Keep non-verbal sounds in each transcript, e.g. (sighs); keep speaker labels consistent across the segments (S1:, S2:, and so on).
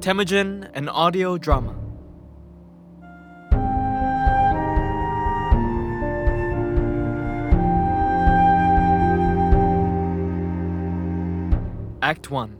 S1: Temujin, an audio drama. Act 1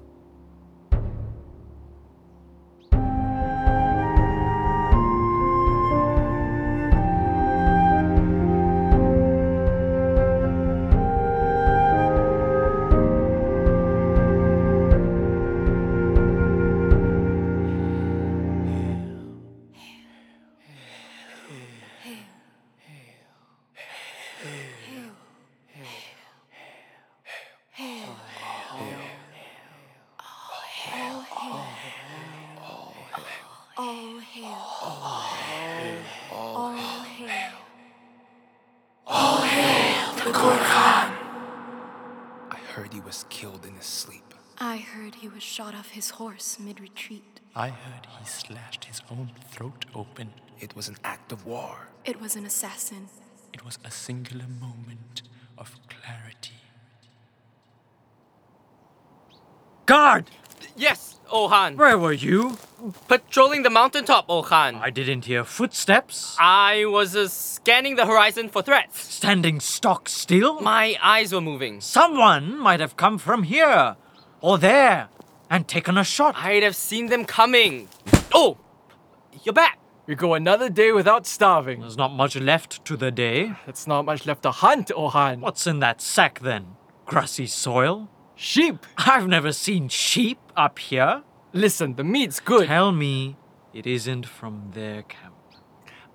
S2: All hail. All hail.
S3: I heard he was killed in his sleep.
S2: I heard he was shot off his horse mid retreat.
S4: I heard he slashed his own throat open.
S3: It was an act of war.
S2: It was an assassin.
S4: It was a singular moment of clarity.
S5: Guard!
S6: Yes, Ohan.
S5: Where were you?
S6: Patrolling the mountaintop, Ohan.
S5: I didn't hear footsteps.
S6: I was uh, scanning the horizon for threats.
S5: Standing stock still?
S6: My eyes were moving.
S5: Someone might have come from here or there and taken a shot.
S6: I'd have seen them coming. Oh! You're back!
S7: You go another day without starving.
S5: There's not much left to the day.
S7: It's not much left to hunt, Ohan.
S5: What's in that sack then? Grassy soil?
S7: Sheep!
S5: I've never seen sheep up here.
S7: Listen, the meat's good.
S5: Tell me it isn't from their camp.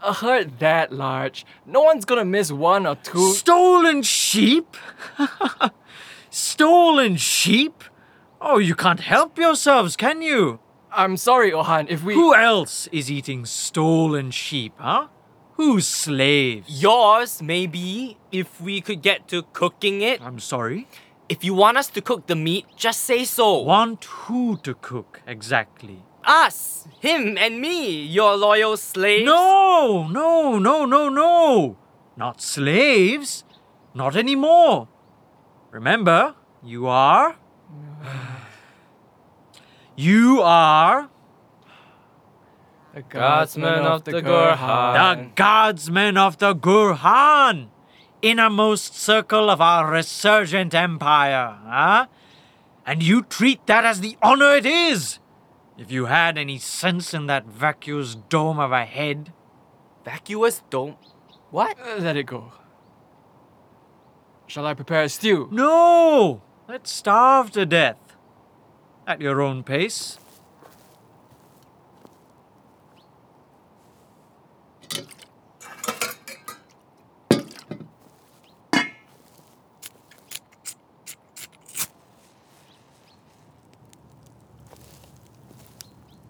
S7: A herd that large. No one's gonna miss one or two.
S5: Stolen sheep? (laughs) Stolen sheep? Oh, you can't help yourselves, can you?
S7: I'm sorry, Ohan, if we.
S5: Who else is eating stolen sheep, huh? Who's slaves?
S6: Yours, maybe, if we could get to cooking it.
S5: I'm sorry?
S6: If you want us to cook the meat, just say so.
S5: Want who to cook exactly?
S6: Us, him, and me, your loyal slaves.
S5: No, no, no, no, no. Not slaves. Not anymore. Remember, you are. (sighs) You are
S7: The
S6: Guardsmen of the Gurkha.
S5: the guardsmen of the Gurhan, innermost circle of our resurgent empire, huh? And you treat that as the honor it is! If you had any sense in that vacuous dome of a head,
S6: Vacuous don't. What?
S7: Uh, Let it go. Shall I prepare a stew?
S5: No! Let's starve to death. At your own pace.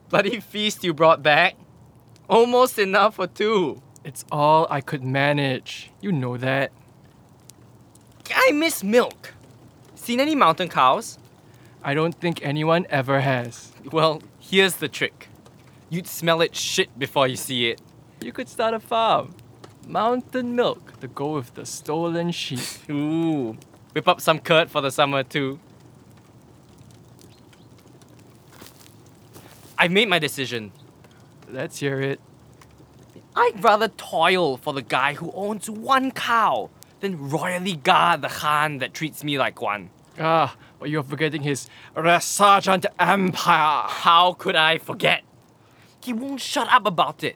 S6: Bloody feast you brought back. Almost enough for two.
S7: It's all I could manage. You know that.
S6: I miss milk. Seen any mountain cows?
S7: I don't think anyone ever has.
S6: Well, here's the trick you'd smell it shit before you see it.
S7: You could start a farm. Mountain milk to go with the stolen sheep.
S6: Ooh. Whip up some curd for the summer, too. I've made my decision.
S7: Let's hear it.
S6: I'd rather toil for the guy who owns one cow than royally guard the Khan that treats me like one.
S7: Ah, but you're forgetting his resurgent empire.
S6: How could I forget? He won't shut up about it.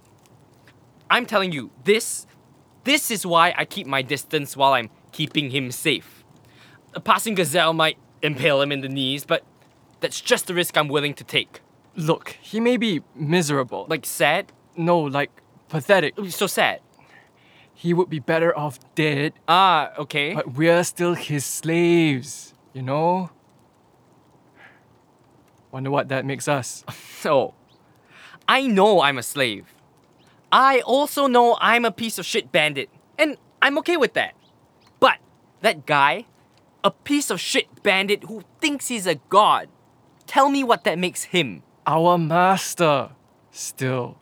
S6: I'm telling you, this this is why I keep my distance while I'm keeping him safe. A passing gazelle might impale him in the knees, but that's just the risk I'm willing to take.
S7: Look, he may be miserable. Like,
S6: Like sad?
S7: no, like, pathetic.
S6: So sad.
S7: He would be better off dead,
S6: Ah, okay.
S7: but we're still his slaves, you know? Wonder what that makes us.
S6: So, I know I'm a slave. I also know I'm a piece of shit bandit, and I'm okay with that. But that guy, a piece of shit bandit who thinks he's a god, tell me what that makes him.
S7: Our master, still.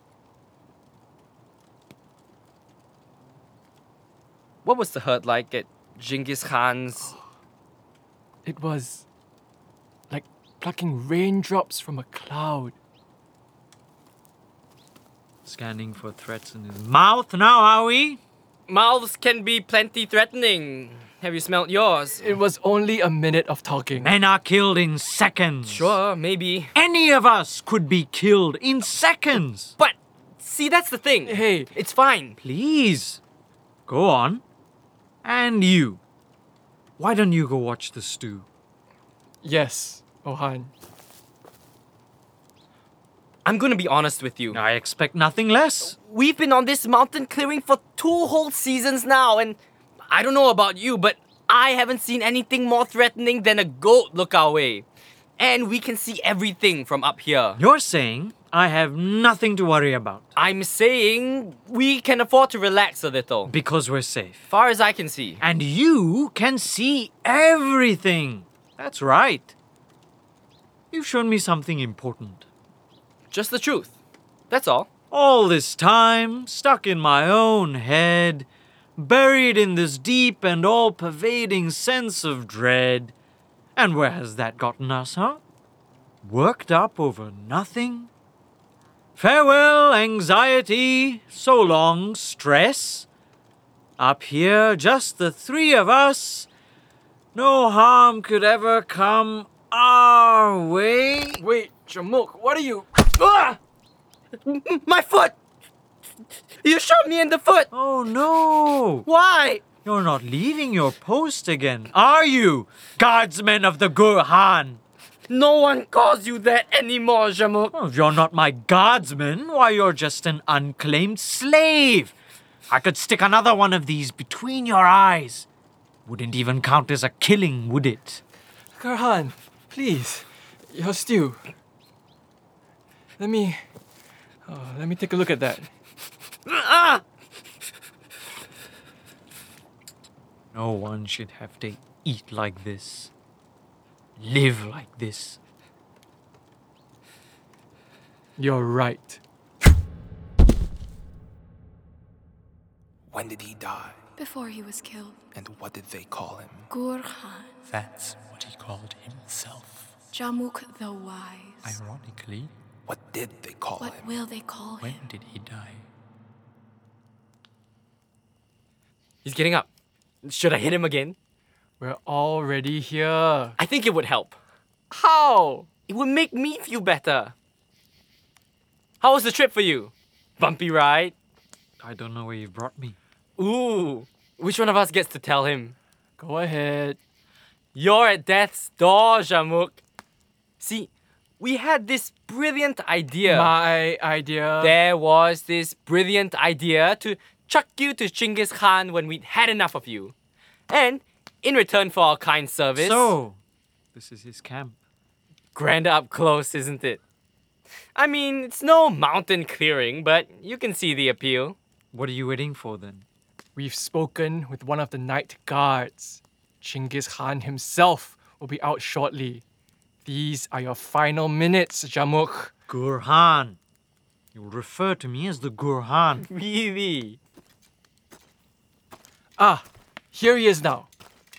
S6: What was the hurt like at Genghis Khan's?
S7: It was like plucking raindrops from a cloud.
S5: Scanning for threats in his mouth now, are we?
S6: Mouths can be plenty threatening. Have you smelt yours?
S7: It was only a minute of talking.
S5: Men are killed in seconds.
S6: Sure, maybe.
S5: Any of us could be killed in seconds.
S6: But see, that's the thing.
S7: Hey.
S6: it's fine.
S5: Please. Go on. And you. Why don't you go watch the stew?
S7: Yes, Ohan.
S6: I'm gonna be honest with you.
S5: I expect nothing less.
S6: we've been on this mountain clearing for two whole seasons now, and I don't know about you, but I haven't seen anything more threatening than a goat look our way. And we can see everything from up here.
S5: You're saying I have nothing to worry about
S6: I'm saying we can afford to relax a little.
S5: because we're safe.
S6: Far as I can see.
S5: And you can see everything. That's right. You've shown me something important.
S6: Just the truth. That's all.
S5: All this time, stuck in my own head, buried in this deep and all pervading sense of dread. And where has that gotten us, huh? Worked up over nothing? Farewell, anxiety, so long, stress. Up here, just the three of us, no harm could ever come our way.
S7: Wait, Jamuk, what are you?
S6: Ah! My foot! You shot me in the foot!
S5: Oh no!
S6: Why?
S5: You're not leaving your post again, are you, guardsmen of the Gurhan?
S6: No one calls you that anymore, Jamuk.
S5: Well, if you're not my guardsman, why, you're just an unclaimed slave. I could stick another one of these between your eyes. Wouldn't even count as a killing, would it?
S7: Karhan, please, your stew. Let me, oh, let me take a look at that.
S5: No one should have to eat like this, live like this.
S7: You're right.
S3: When did he die?
S2: Before he was killed,
S3: And what did they call him?
S2: Gurhan,
S4: That's what he called himself.
S2: Jamuk the Wise.
S4: Ironically,
S3: What did they call
S2: What
S3: him?
S2: will they call him?
S4: when did he die?
S6: He's getting up. Should I hit him again?
S7: We're already here.
S6: I think it would help.
S7: How?
S6: It would make me feel better. How was the trip for you? Bumpy ride?
S5: I don't know where you've brought me.
S6: Ooh. Which one of us gets to tell him?
S7: Go ahead.
S6: You're at death's door, Jamuk. See, we had this brilliant idea.
S7: My idea.
S6: there was this brilliant idea to chuck you to Genghis Khan when we'd had enough of you. And in return for our kind service.
S5: So, this is his camp.
S6: grander up close, isn't it? I mean, it's no mountain clearing, but you can see the appeal.
S5: What are you waiting for then?
S7: We've spoken with one of the night guards. Chinggis Khan himself will be out shortly. These are your final minutes, Jamuk.
S5: Gurhan. You refer to me as the Gurhan.
S6: Really?
S7: Ah, here he is now.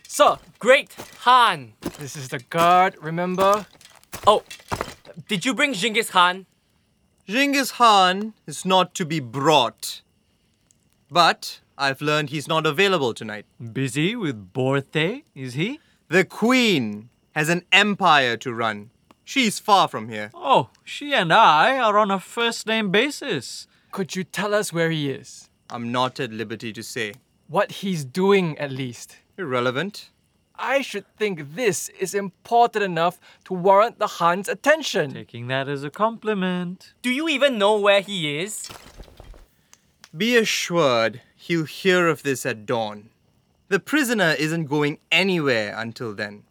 S6: Sir, great Han!
S7: This is the guard, remember?
S6: Oh, did you bring Genghis Khan?
S8: Genghis Khan is not to be brought. But I've learned he's not available tonight.
S5: Busy with Borthe, is he?
S8: The Queen has an empire to run. She's far from here.
S5: Oh, she and I are on a first name basis.
S7: Could you tell us where he is?
S8: I'm not at liberty to say.
S7: What he's doing, at least?
S8: Irrelevant.
S7: I should think this is important enough to warrant the Han's attention.
S5: Taking that as a compliment.
S6: Do you even know where he is?
S8: Be assured he'll hear of this at dawn. The prisoner isn't going anywhere until then.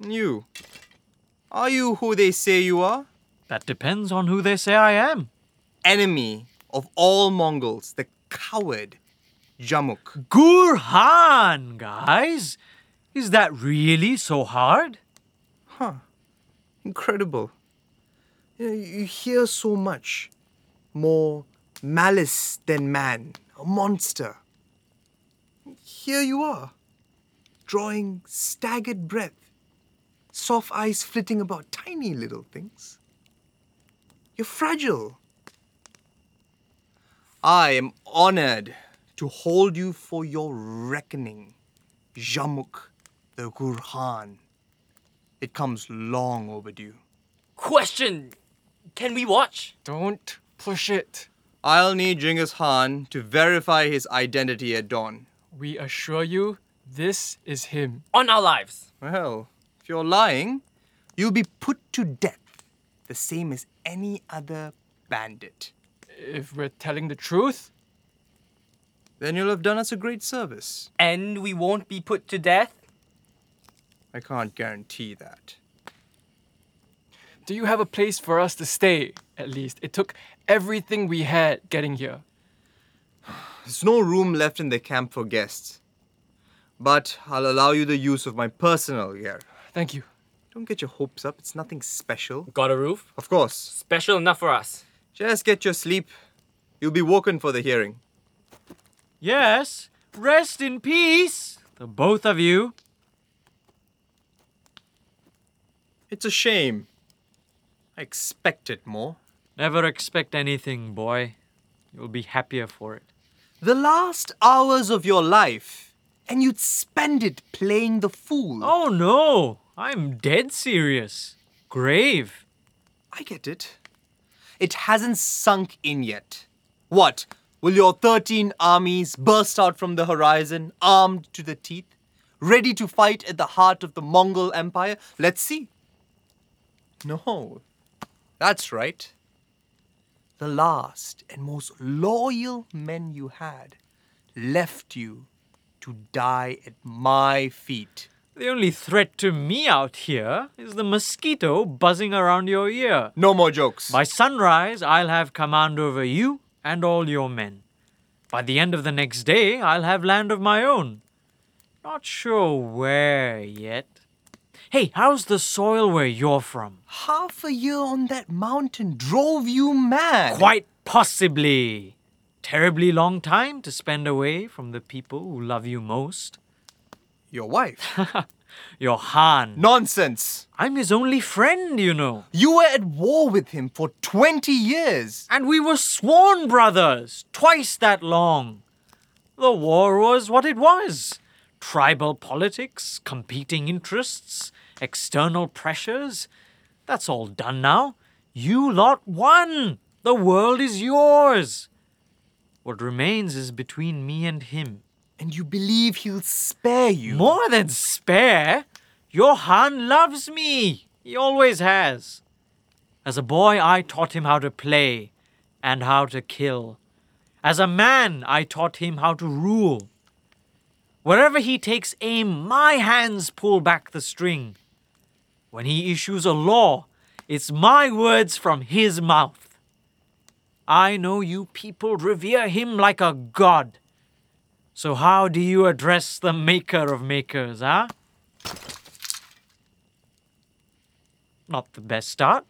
S8: You. Are you who they say you are?
S5: That depends on who they say I am.
S8: Enemy of all Mongols, the coward Jamuk.
S5: Gurhan, guys! Is that really so hard?
S8: Incredible. You, know, you hear so much. More malice than man, a monster. Here you are, drawing staggered breath, soft eyes flitting about tiny little things. You're fragile. I am honored to hold you for your reckoning, Jamuk the Gurhan. It comes long overdue.
S6: Question! Can we watch?
S7: Don't push it.
S8: I'll need Genghis Khan to verify his identity at dawn.
S7: We assure you, this is him.
S6: On our lives.
S8: Well, if you're lying, you'll be put to death, the same as any other bandit.
S7: If we're telling the truth,
S8: Then you'll have done us a great service.
S6: And we won't be put to death?
S8: I can't guarantee that.
S7: do you have a place for us to stay, at least? It took everything we had getting here.
S8: There's no room left in the camp for guests. But I'll allow you the use of my personal gear.
S7: Thank you.
S8: Don't get your hopes up, it's nothing special.
S6: Got a roof?
S8: Of course,
S6: Special enough for us.
S8: just get your sleep. You'll be woken for the hearing.
S5: Yes, rest in peace, the both of you.
S8: It's a shame. I expected more.
S5: Never expect anything, boy. You'll be happier for it.
S8: The last hours of your life, and you'd spend it playing the fool.
S5: Oh no, I'm dead serious. Grave.
S8: I get it. It hasn't sunk in yet. What? Will your 13 armies burst out from the horizon, armed to the teeth, ready to fight at the heart of the Mongol Empire? Let's see. No. That's right. The last and most loyal men you had left you to die at my feet.
S5: The only threat to me out here is the mosquito buzzing around your ear.
S8: No more jokes.
S5: By sunrise, I'll have command over you and all your men. By the end of the next day, I'll have land of my own. Not sure where yet. Hey, how's the soil where you're from?
S8: Half a year on that mountain drove you mad.
S5: Quite possibly. Terribly long time to spend away from the people who love you most.
S8: Your wife. (laughs)
S5: Your Han.
S8: Nonsense.
S5: I'm his only friend, you know.
S8: You were at war with him for 20 years.
S5: And we were sworn brothers, twice that long. The war was what it was tribal politics, competing interests, external pressures. That's all done now. You lot won. The world is yours. What remains is between me and him.
S8: And you believe he'll spare you.
S5: More than spare, Johan loves me. He always has. As a boy, I taught him how to play and how to kill. As a man, I taught him how to rule. Wherever he takes aim, my hands pull back the string. When he issues a law, it's my words from his mouth. I know you people revere him like a god. So, how do you address the maker of makers, huh? Not the best start.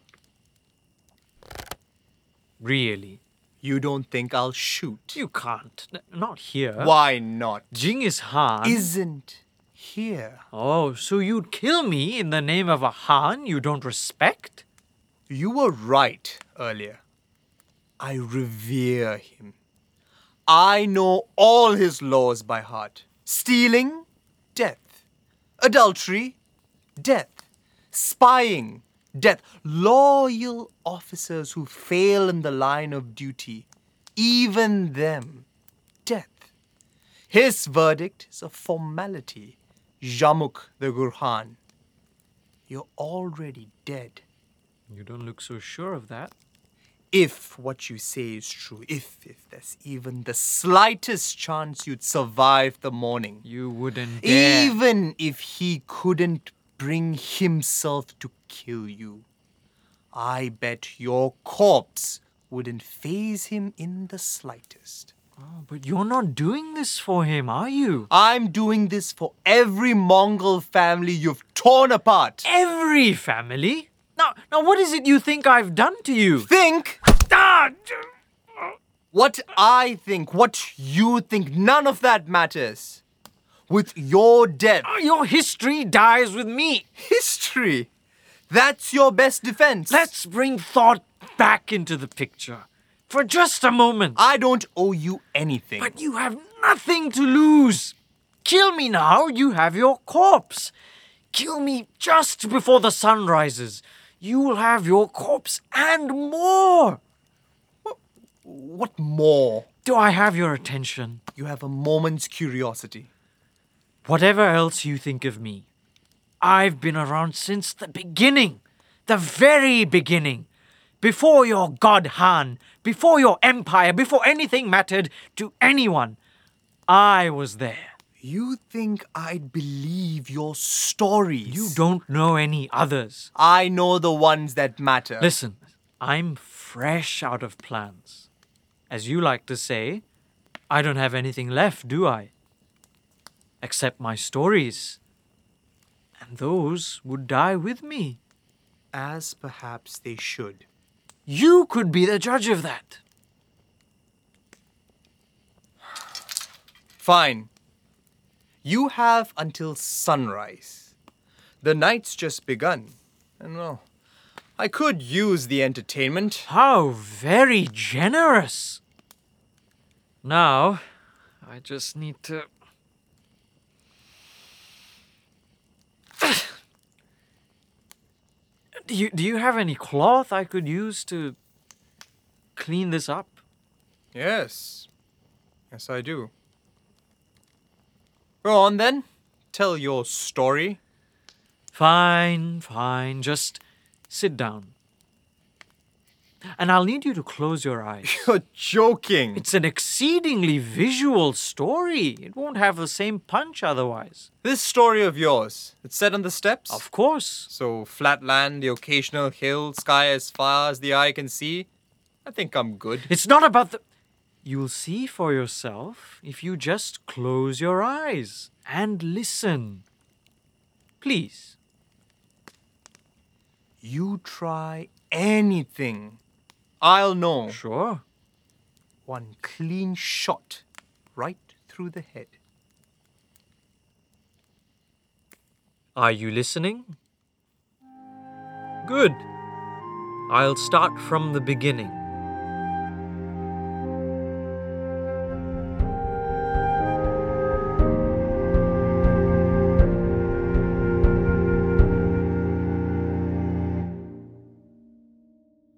S5: Really.
S8: You don't think I'll shoot?
S5: You can't. N- not here.
S8: Why not?
S5: Genghis Khan.
S8: Isn't here.
S5: Oh, so you'd kill me in the name of a Khan you don't respect?
S8: You were right earlier. I revere him. I know all his laws by heart stealing, death. Adultery, death. Spying, death. Loyal officers who fail in the line of duty, even them, death. His verdict is a formality. Jamuk the Gurhan. You're already dead
S5: You don't look so sure of that.
S8: if what you say is true, if if there's even the slightest chance you'd survive the morning,
S5: You wouldn't dare.
S8: even if he couldn't bring himself to kill you, I bet your corpse wouldn't phase him in the slightest.
S5: Oh, but you're not doing this for him, are you?
S8: I'm doing this for every Mongol family you've torn apart.
S5: Every family? Now, now, what is it you think I've done to you?
S8: Think
S5: Ah, j-
S8: What I think, what you think, none of that matters. With your death,
S5: ah, Your history dies with me.
S8: history, that's your best defense.
S5: Let's bring thought back into the picture for just a moment.
S8: I don't owe you anything.
S5: But you have nothing to lose. Kill me now, you have your corpse. Kill me just before the sun rises. You will have your corpse and more.
S8: what more?
S5: Do I have your attention?
S8: You have a moment's curiosity.
S5: Whatever else you think of me, I've been around since the beginning, the very beginning. Before your God Han, before your empire, before anything mattered to anyone, I was there.
S8: You think I'd believe your stories?
S5: You don't know any others.
S8: I know the ones that matter.
S5: Listen, I'm fresh out of plans. As you like to say, I don't have anything left, do I? Except my stories. And those would die with me.
S8: As perhaps they should.
S5: You could be the judge of that.
S8: Fine. You have until sunrise. The night's just begun. And well, I could use the entertainment.
S5: How very generous. Now, I just need to. do, you, do you have any cloth I could use to clean this up?
S8: Yes. Yes, I do. Go on then. Tell your story. (laughs)
S5: Fine, fine. Just sit down. And I'll need you to close your eyes.
S8: You're joking.
S5: It's an exceedingly visual story. It won't have the same punch otherwise.
S8: This story of yours, it's set on the steps?
S5: Of course.
S8: So, flat land, the occasional hill, sky as far as the eye can see. I think I'm good.
S5: It's not about the. You'll see for yourself if you just close your eyes and listen. Please.
S8: You try anything. I'll know.
S5: Sure.
S8: One clean shot right through the head.
S5: Are you listening? Good. I'll start from the beginning.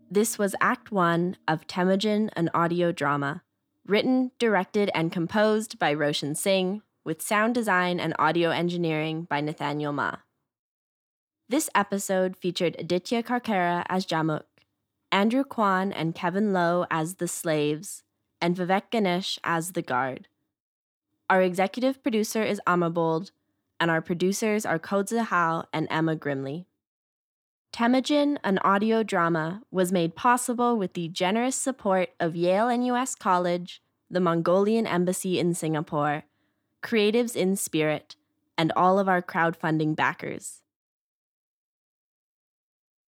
S9: This was Act One of Temujin, an audio drama. Written, directed, and composed by Roshan Singh, with sound design and audio engineering by Nathaniel Ma. This episode featured Aditya Karkera as Jamuk, Andrew Kwan and Kevin Lowe as the slaves, and Vivek Ganesh as the guard. Our executive producer is Amabold, and our producers are Kodza Howe and Emma Grimley. Temujin, an audio drama, was made possible with the generous support of Yale and U.S. College, the Mongolian Embassy in Singapore,
S5: Creatives in Spirit, and all of our crowdfunding backers.